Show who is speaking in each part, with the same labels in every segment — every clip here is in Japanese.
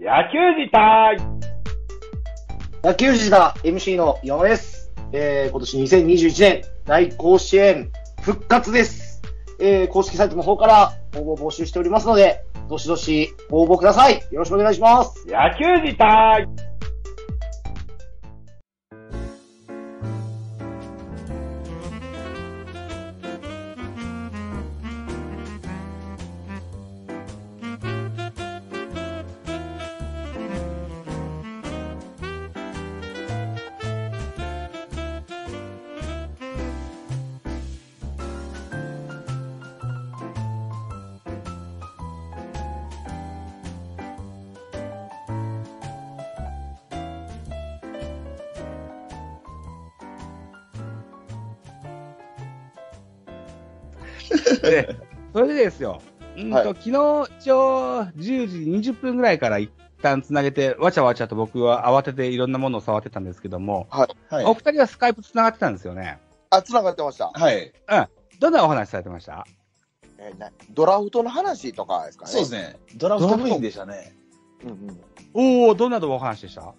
Speaker 1: 野球自体
Speaker 2: 野球児だ MC の山根です。えー、今年2021年大甲子園復活です。えー、公式サイトの方から応募を募集しておりますので、どしどし応募ください。よろしくお願いします。
Speaker 1: 野球自体
Speaker 3: で、それでですよ、うんと、
Speaker 2: はい
Speaker 3: 昨日一応10時20分ぐらいから一旦つなげて、わちゃわちゃと僕は慌てていろんなものを触ってたんですけども、
Speaker 4: はい。は
Speaker 3: お
Speaker 4: い。
Speaker 3: 二人はスカイプつながってたんですよね。
Speaker 4: あ、繋がってました。
Speaker 5: はい。
Speaker 3: どんなお話されてました
Speaker 4: えーなドラフトの話とかですかね。
Speaker 5: そうですね。ドラフト部員でしたね。
Speaker 4: うんうん。
Speaker 3: おお、どんなお話でした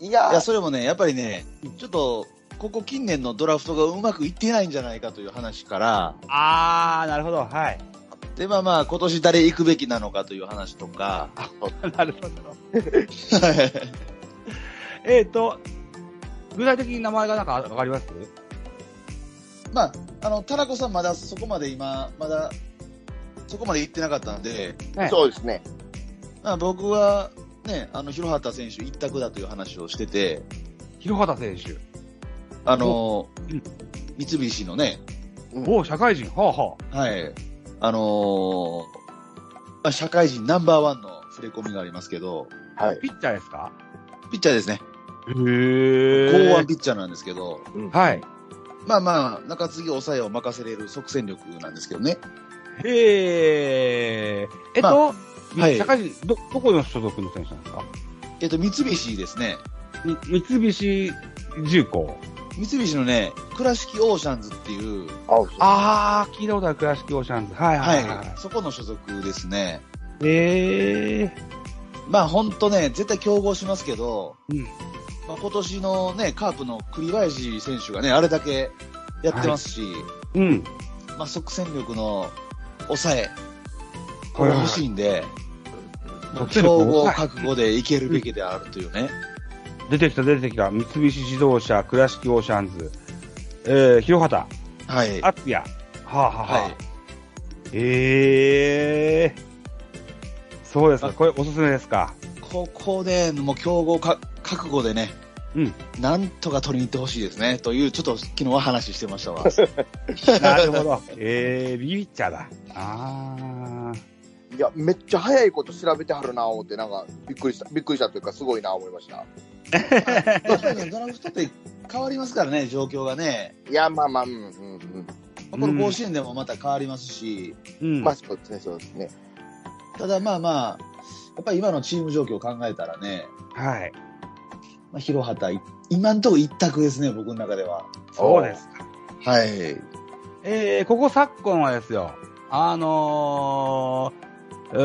Speaker 4: い
Speaker 5: い
Speaker 4: や
Speaker 5: や、、それもね、やっぱりね、ちょっと、ここ近年のドラフトがうまくいってないんじゃないかという話から、
Speaker 3: あー、なるほど、はい。
Speaker 5: で、まあまあ、今年誰行くべきなのかという話とか、
Speaker 3: なるほど。えっ、ー、と、具体的に名前がなんかわかります
Speaker 5: まあ、あの、田中さんまだそこまで今、まだ、そこまで行ってなかったんで、
Speaker 3: はい
Speaker 4: そうですね。
Speaker 5: まあ僕は、ね、あの、広畑選手一択だという話をしてて、
Speaker 3: 広畑選
Speaker 5: あの
Speaker 3: うん、
Speaker 5: 三菱のね、
Speaker 3: 手。おお、社会人、はあは
Speaker 5: はい。あのーまあ、社会人ナンバーワンの触れ込みがありますけど、
Speaker 4: は
Speaker 3: あ。
Speaker 4: い。
Speaker 3: ピッチャーですか
Speaker 5: ピッチャーですね。
Speaker 3: へ
Speaker 5: 剛
Speaker 3: ー
Speaker 5: 腕。ピッチャーなんですけど、
Speaker 3: はい。
Speaker 5: まあまあ、中継ぎ抑えを任せれる即戦力なんですけどね。
Speaker 3: へえ。えっ
Speaker 5: ま
Speaker 3: と、
Speaker 5: はい
Speaker 3: 社会人、ど、どこの所属の選手なんですか
Speaker 5: えっと、三菱ですね。
Speaker 3: み三菱重工。
Speaker 5: 三菱のね、倉敷オーシャンズっていう、
Speaker 4: あ、あ
Speaker 3: あー、聞いたことある倉敷オーシャンズ。はいは
Speaker 5: はいい、
Speaker 3: はい。は
Speaker 5: そこの所属ですね。
Speaker 3: い、へえ。
Speaker 5: まあ本当ね、絶対競合しますけど、
Speaker 3: うん
Speaker 5: まあ、今年のね、カープの栗林選手がね、あれだけやってますし、
Speaker 3: うん。
Speaker 5: まあ即戦力の抑え、こ
Speaker 3: はい
Speaker 5: れ
Speaker 3: はい
Speaker 5: 欲しいんで、
Speaker 3: 即戦力
Speaker 5: 競合
Speaker 3: はい
Speaker 5: 覚悟でいけるべきであるというね。
Speaker 3: 出てきた出てきた。三菱自動車、倉敷オーシャンズ。えー、広畑、
Speaker 5: はい。
Speaker 3: 厚也。はあ、はあは
Speaker 5: は
Speaker 3: あ
Speaker 5: い。
Speaker 3: へえ。そうですか。これおすすめです か。
Speaker 5: ここで、もう競合か覚悟でね、
Speaker 3: うん
Speaker 5: なんとか取りに行ってほしいですね、という、ちょっと昨日は話してましたわ。
Speaker 3: なるほど。えー、ビビッチャーだ。あー。
Speaker 4: いや、めっちゃ早いこと調べてはるな思って、なんか、びっくりした、びっくりしたというか、すごいな思いました。
Speaker 5: やっぱりね、ドラフトって変わりますからね、状況がね。
Speaker 4: いや、まあまあ、うん、うん、
Speaker 5: この甲子園でもまた変わりますし、
Speaker 3: うん
Speaker 4: うん。まあ、そうですね、そうですね。
Speaker 5: ただまあまあ、やっぱり今のチーム状況を考えたらね、
Speaker 3: はい。
Speaker 5: まあ、広畑、今んとこ一択ですね、僕の中では。
Speaker 3: そうですか。
Speaker 5: はい。
Speaker 3: えー、ここ昨今はですよ、あのー、え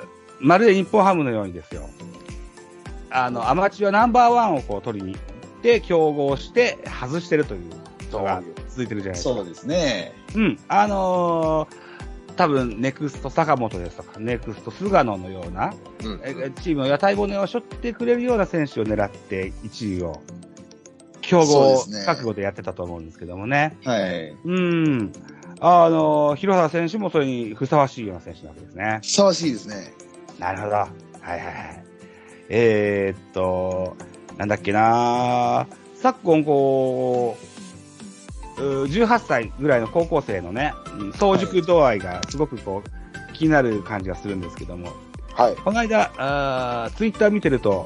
Speaker 3: ー、まるで日本ハムのようにですよ、あの、アマチュアナンバーワンをこう取りに行って、競合して、外してるというのが続いてるじゃないですか。
Speaker 5: そうですね。
Speaker 3: うん、あのー多分ネクスト坂本ですとか、ネクスト菅野のような、
Speaker 4: うん
Speaker 3: えチームの屋台骨を背負ってくれるような選手を狙って1位を、競合
Speaker 5: そうですね
Speaker 3: 覚悟でやってたと思うんですけどもね。
Speaker 5: はい。
Speaker 3: うん。あのー広原選手もそれにふさわしいような選手なわけですね。
Speaker 5: ふさわしいですね。
Speaker 3: なるほど。はいはいはい。えー、っと、なんだっけな昨今こう、うー18歳ぐらいの高校生のね、うん早熟度合いがすごくこう、気になる感じがするんですけども、
Speaker 4: はい。
Speaker 3: この間、あツイッター Twitter 見てると、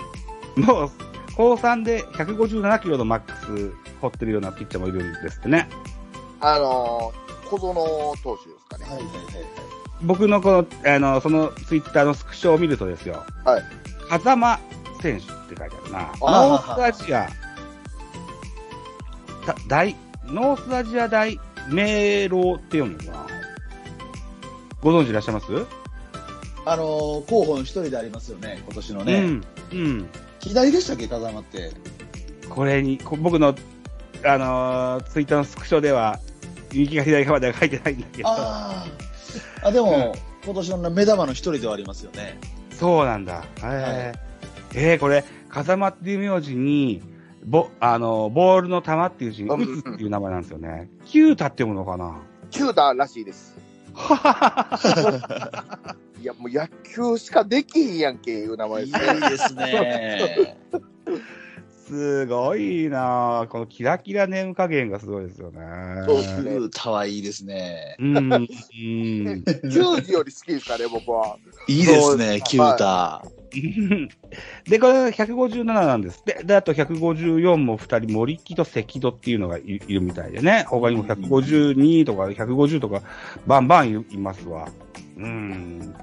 Speaker 3: もう、高3で157キロのマックス掘ってるようなピッチャーもいるんですってね。
Speaker 4: あのー、小園投手ですかね。
Speaker 5: はいはいはい
Speaker 3: 僕のこの、あの、そのツイッターのスクショを見るとですよ。
Speaker 4: はい。
Speaker 3: 風間選手って書いてあるな。
Speaker 4: あ
Speaker 3: ノースアジア、だ大、ノースアジア大明朗って読むのかなご存知いらっしゃいます
Speaker 5: はあのー候補の一人でありますよね、今年のね。
Speaker 3: うん。うん。
Speaker 5: 左でしたっけ、風間って。
Speaker 3: これに、こ僕の、あのーツイッターのスクショでは、右が左かまでは書いてないんだけど、
Speaker 5: ああ。あ、でも、今年の目玉の一人ではありますよね。
Speaker 3: そうなんだ。えーえーこれ、風間っていう名字に、ぼあのーボールの球っていう字に、
Speaker 4: うん
Speaker 3: 打つっていう名前なんですよね。九太って読むのかな
Speaker 4: キュータらしいです。いや、もう野球しかできひんやんけ、いう名前
Speaker 5: いい
Speaker 4: で
Speaker 5: ですね。
Speaker 3: すごいなあこのキラキラネーム加減がすごいですよね。
Speaker 4: すね
Speaker 5: 歌はいいですね。
Speaker 3: うん。うん。
Speaker 4: す。球児より好きですかね、僕は。
Speaker 5: いいですね、キュータ。
Speaker 3: で、これが157なんですって。で、あと154も2人、森木と関戸っていうのがいいるみたいでね。他にも152とか150とか、バンバンいますわ。うん。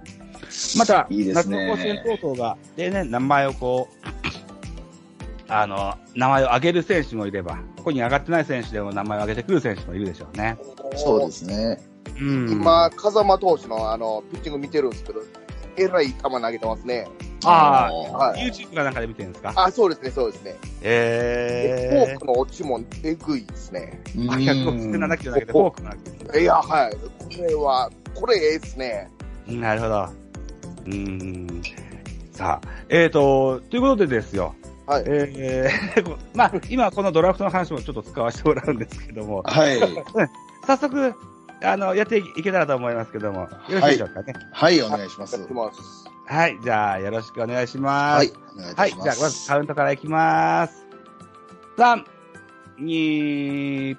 Speaker 3: また、
Speaker 5: いいです
Speaker 3: 夏
Speaker 5: ね
Speaker 3: の甲子園等々が、でね、名前をこう、あの、名前を挙げる選手もいれば、ここに上がってない選手でも名前を挙げてくる選手もいるでしょうね。
Speaker 5: そうですね。
Speaker 3: うん。
Speaker 4: 今、風間投手のあのピッチング見てるんですけど、えらい球投げてますね。
Speaker 3: あ
Speaker 5: あ
Speaker 3: あ、
Speaker 4: はい
Speaker 3: YouTube かなんかで見てるんですか
Speaker 4: あ、そうですね、そうですね。でフォー
Speaker 3: え
Speaker 4: クの落ちもえぐいですね。
Speaker 3: ー。あ、157キロだけど、フォークなんです
Speaker 4: いや、はい。これは、これええですね。
Speaker 3: なるほど。うーん。さあ、えっ、と、ということでですよ。
Speaker 4: はい
Speaker 3: えー こまあ、今このドラフトの話もちょっと使わせてもらうんですけども、
Speaker 5: はい。
Speaker 3: 早速、あの、やっていけたらと思いますけども、よろしいでしょうかね。
Speaker 5: はい、お願いします。
Speaker 4: やってます。
Speaker 3: はい、じゃあ、よろしくお願いします。
Speaker 5: はい、お願いい
Speaker 3: は
Speaker 5: た
Speaker 3: い、
Speaker 5: し
Speaker 3: じ
Speaker 5: ま
Speaker 3: ゃあ、まず
Speaker 5: す。
Speaker 3: カウントからいきます。3、2、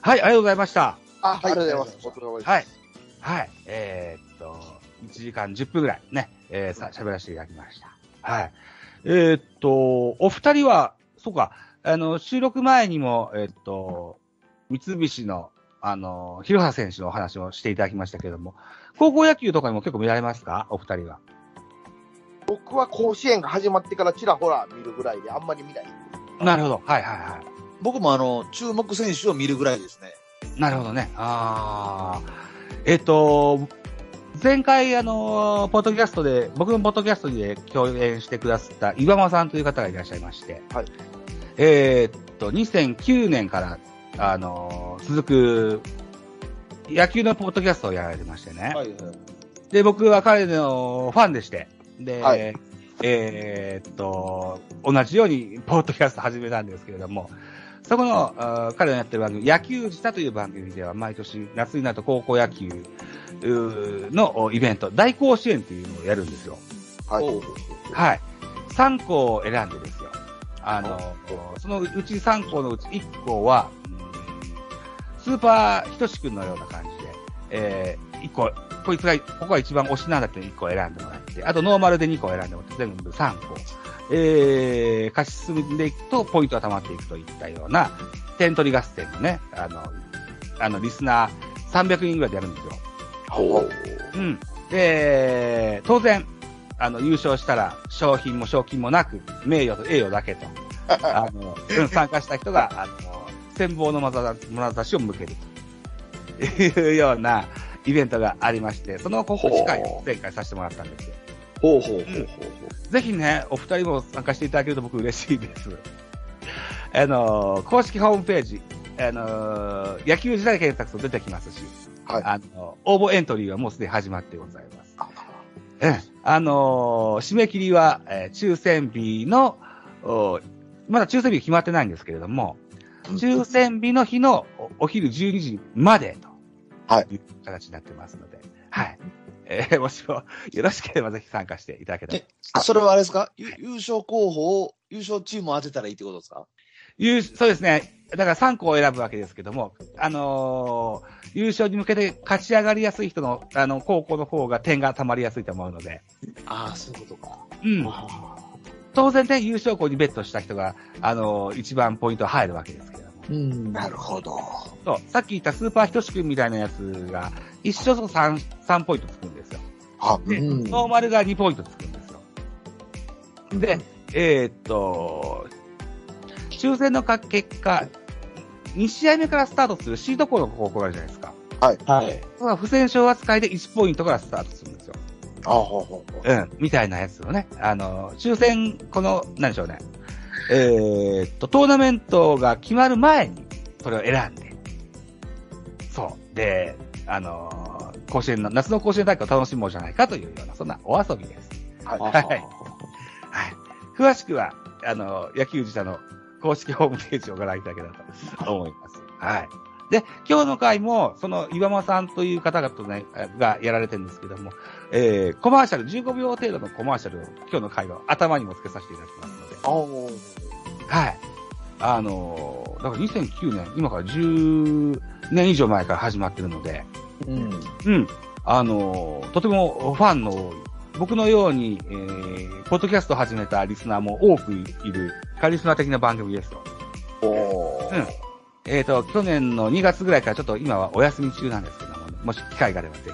Speaker 3: はい、ありがとうございました。
Speaker 4: あ、あ
Speaker 5: い
Speaker 4: りがとうございます。お疲れ様です。
Speaker 3: はい。はい。えーっと、1時間10分ぐらいね、えー、さ、喋らせていただきました。はい。えーっと、お二人は、そうか、あの、収録前にも、えーっと、三菱の、あの、広原選手のお話をしていただきましたけれども、高校野球とかにも結構見られますかお二人は。
Speaker 4: 僕は甲子園が始まってからちらほら見るぐらいで、あんまり見ない。
Speaker 3: なるほど。はいはいはい。
Speaker 5: 僕もあの、注目選手を見るぐらいですね。
Speaker 3: なるほどね。ああ。えっ、と、前回、あの、ポッドキャストで、僕のポッドキャストで共演してくださった岩間さんという方がいらっしゃいまして、
Speaker 4: はい
Speaker 3: えーっと、2009年から、あの、続く、野球のポッドキャストをやられてましてね。
Speaker 5: いはい。
Speaker 3: で、僕は彼のファンでして、で、
Speaker 4: はい
Speaker 3: えーっと、同じようにポッドキャスト始めたんですけれども、そこの、あー彼のやってる番組、野球したという番組では、毎年夏になると高校野球うーのおイベント、大甲子園っていうのをやるんですよ。
Speaker 4: はい。
Speaker 5: おう
Speaker 3: はい。3校を選んでですよ。あの、そのうち3校のうち1校は、うんスーパーひとしくんのような感じで、え1個、こいつが、ここが一番推しなんだって1個選んでもらって、あとノーマルで2個選んでもらって、全部3個、えー、勝ち進んでいくと、ポイントが溜まっていくといったような、点取り合戦のね、あの、あの、リスナー300人ぐらいでやるんですよ。
Speaker 4: ほう。
Speaker 3: うん。で、当然、あの、優勝したら、賞品も賞金もなく、名誉と栄誉だ けと、あの、うん参加した人が、あの、戦望のまざ眼差しを向けるというようなイベントがありまして、その広報司会を前回させてもらったんですよ。
Speaker 5: ほうほうほう
Speaker 3: ぜひね、お 二人も参加していただけると僕嬉しいです。あの、公式ホームページ、あのー野球時代検索と出てきますし、
Speaker 4: はい
Speaker 3: あの、応募エントリーはもうすでに始まってございます。ええあのー締め切りは、えー抽選日の、おまだ抽選日決まってないんですけれども、抽選日の日のおお昼12時までと、。
Speaker 4: はい
Speaker 3: う形になってますので、はい。えーもしもよろしければぜひ参加していただけたら
Speaker 5: え。それはあれですかゆ優勝候補を、優勝チームを当てたらいいってことですか
Speaker 3: 優そうですね。だから3個を選ぶわけですけども、あのー優勝に向けて勝ち上がりやすい人の、あの、高校の方が点が溜まりやすいと思うので、
Speaker 5: ああ、そういうことか。
Speaker 3: うん。当然ね、優勝校にベットした人が、あのー一番ポイント入るわけですけども。
Speaker 5: うん。
Speaker 4: なるほど。
Speaker 3: そう、さっき言ったスーパーひとしくんみたいなやつが、一緒と3、3ポイントつくんですよ。
Speaker 4: あ、
Speaker 3: で、
Speaker 5: うん
Speaker 3: ノーマルが2ポイントつくんですよ。で、えーっと、抽選の結果、2試合目からスタートするシード校の高校があるじゃないですか。
Speaker 5: はい。
Speaker 3: それは不戦勝扱いで1ポイントからスタートするんですよ。
Speaker 4: あほうほうほう
Speaker 3: うん、みたいなやつをね、あの、抽選、この、なんでしょうね、えーっと、トーナメントが決まる前に、それを選んで、そう、で、あのー甲子園の、夏の甲子園大会を楽しもうじゃないかというような、そんなお遊びです。はい。はい。詳しくは、あの、野球自社の公式ホームページをご覧いただければと思います。はい。で、今日の回も、その岩間さんという方々とね、えがやられてるんですけども、えー、コマーシャル、15秒程度のコマーシャルを今日の回は頭にもつけさせていただきますので、
Speaker 4: あー
Speaker 3: はい。あのーだから2009年、今から10年以上前から始まってるので、
Speaker 5: うん。
Speaker 3: うん。あのーとてもファンの多い、僕のように、えー、ポッドキャストを始めたリスナーも多くいる、カリスマ的な番組ですと。
Speaker 4: おー
Speaker 3: うんえっ、と、去年の2月ぐらいからちょっと今はお休み中なんですけども、もし機会があればぜ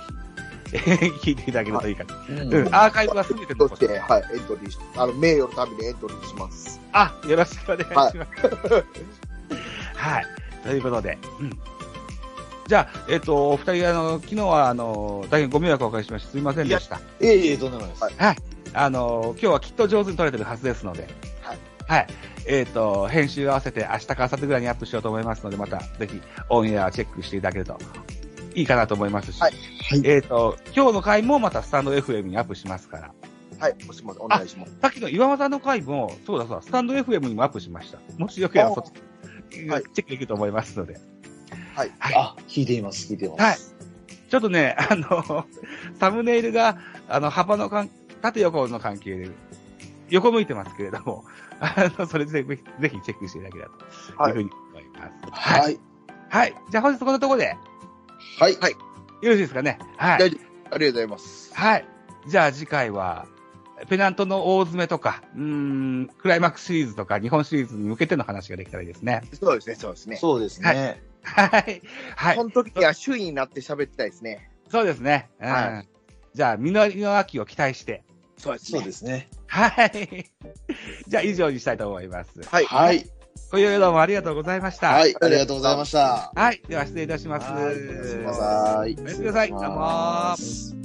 Speaker 3: ひ、え ー聞いていただけるといいかと。うん。アーカイブはすべて
Speaker 4: と
Speaker 3: 残
Speaker 4: し、
Speaker 3: してて、
Speaker 4: はい、エントリーし、あの、名誉のためにエントリーします。
Speaker 3: あ、よろしくお願いします。 はい。ということで、うん。じゃあ、えっ、と、お二人、あの、昨日は、あの、大変ご迷惑をおかけしましてすいませんでした。
Speaker 5: いえいえ、とんでもないです。
Speaker 4: はい
Speaker 3: あの、今日はきっと上手に撮れてるはずですので、
Speaker 4: はい。
Speaker 3: はい。えっ、と、編集合わせて明日か明後日ぐらいにアップしようと思いますので、またぜひオンエアをチェックしていただけるといいかなと思いますし、
Speaker 4: はい
Speaker 5: い
Speaker 3: えっ、と、今日の回もまたスタンド FM にアップしますから、
Speaker 4: はい、もしもしお願いします。
Speaker 3: さっきの岩間さんの回も、そうだそうだ、スタンド FM にもアップしました。もしよければそっち、
Speaker 4: はい
Speaker 3: チェックできると思いますので、
Speaker 5: あ、聞いています、聞いています。
Speaker 3: はい。ちょっとね、あの、サムネイルが、あの、幅の関縦横の関係で、横向いてますけれども、あの、それぜひ、ぜひチェックしていただければと
Speaker 4: はい
Speaker 3: いうふうに思います。はい。
Speaker 4: い。
Speaker 3: はい。じゃあ本日こんなところで、よ
Speaker 4: はい。はい。
Speaker 3: ろしいですかね。は
Speaker 4: 大
Speaker 3: い。
Speaker 4: 丈夫ありがとうございます。
Speaker 3: はい。じゃあ次回は、ペナントの大詰めとか、うーん、クライマックスシリーズとか、日本シリーズに向けての話ができたらいいですね。
Speaker 4: そうですね、そうですね。
Speaker 5: そうです
Speaker 3: は
Speaker 5: ね。
Speaker 3: はい。はい
Speaker 4: こ。の時は周囲になって喋ってたいですね。
Speaker 3: そうですね。うん
Speaker 4: は
Speaker 3: じゃあ、実りの秋を期待して、
Speaker 4: そうで
Speaker 5: そうですね。
Speaker 3: はい。じゃあ以上にしたいと思います。
Speaker 4: はい。
Speaker 5: はい。
Speaker 3: 今宵どうもありがとうございました。。
Speaker 5: はいい。ありがとうございました。
Speaker 3: はい。では失礼いたします。
Speaker 5: はいおやすみな
Speaker 4: はい。
Speaker 3: おやすみなさい。どうもー。
Speaker 5: い。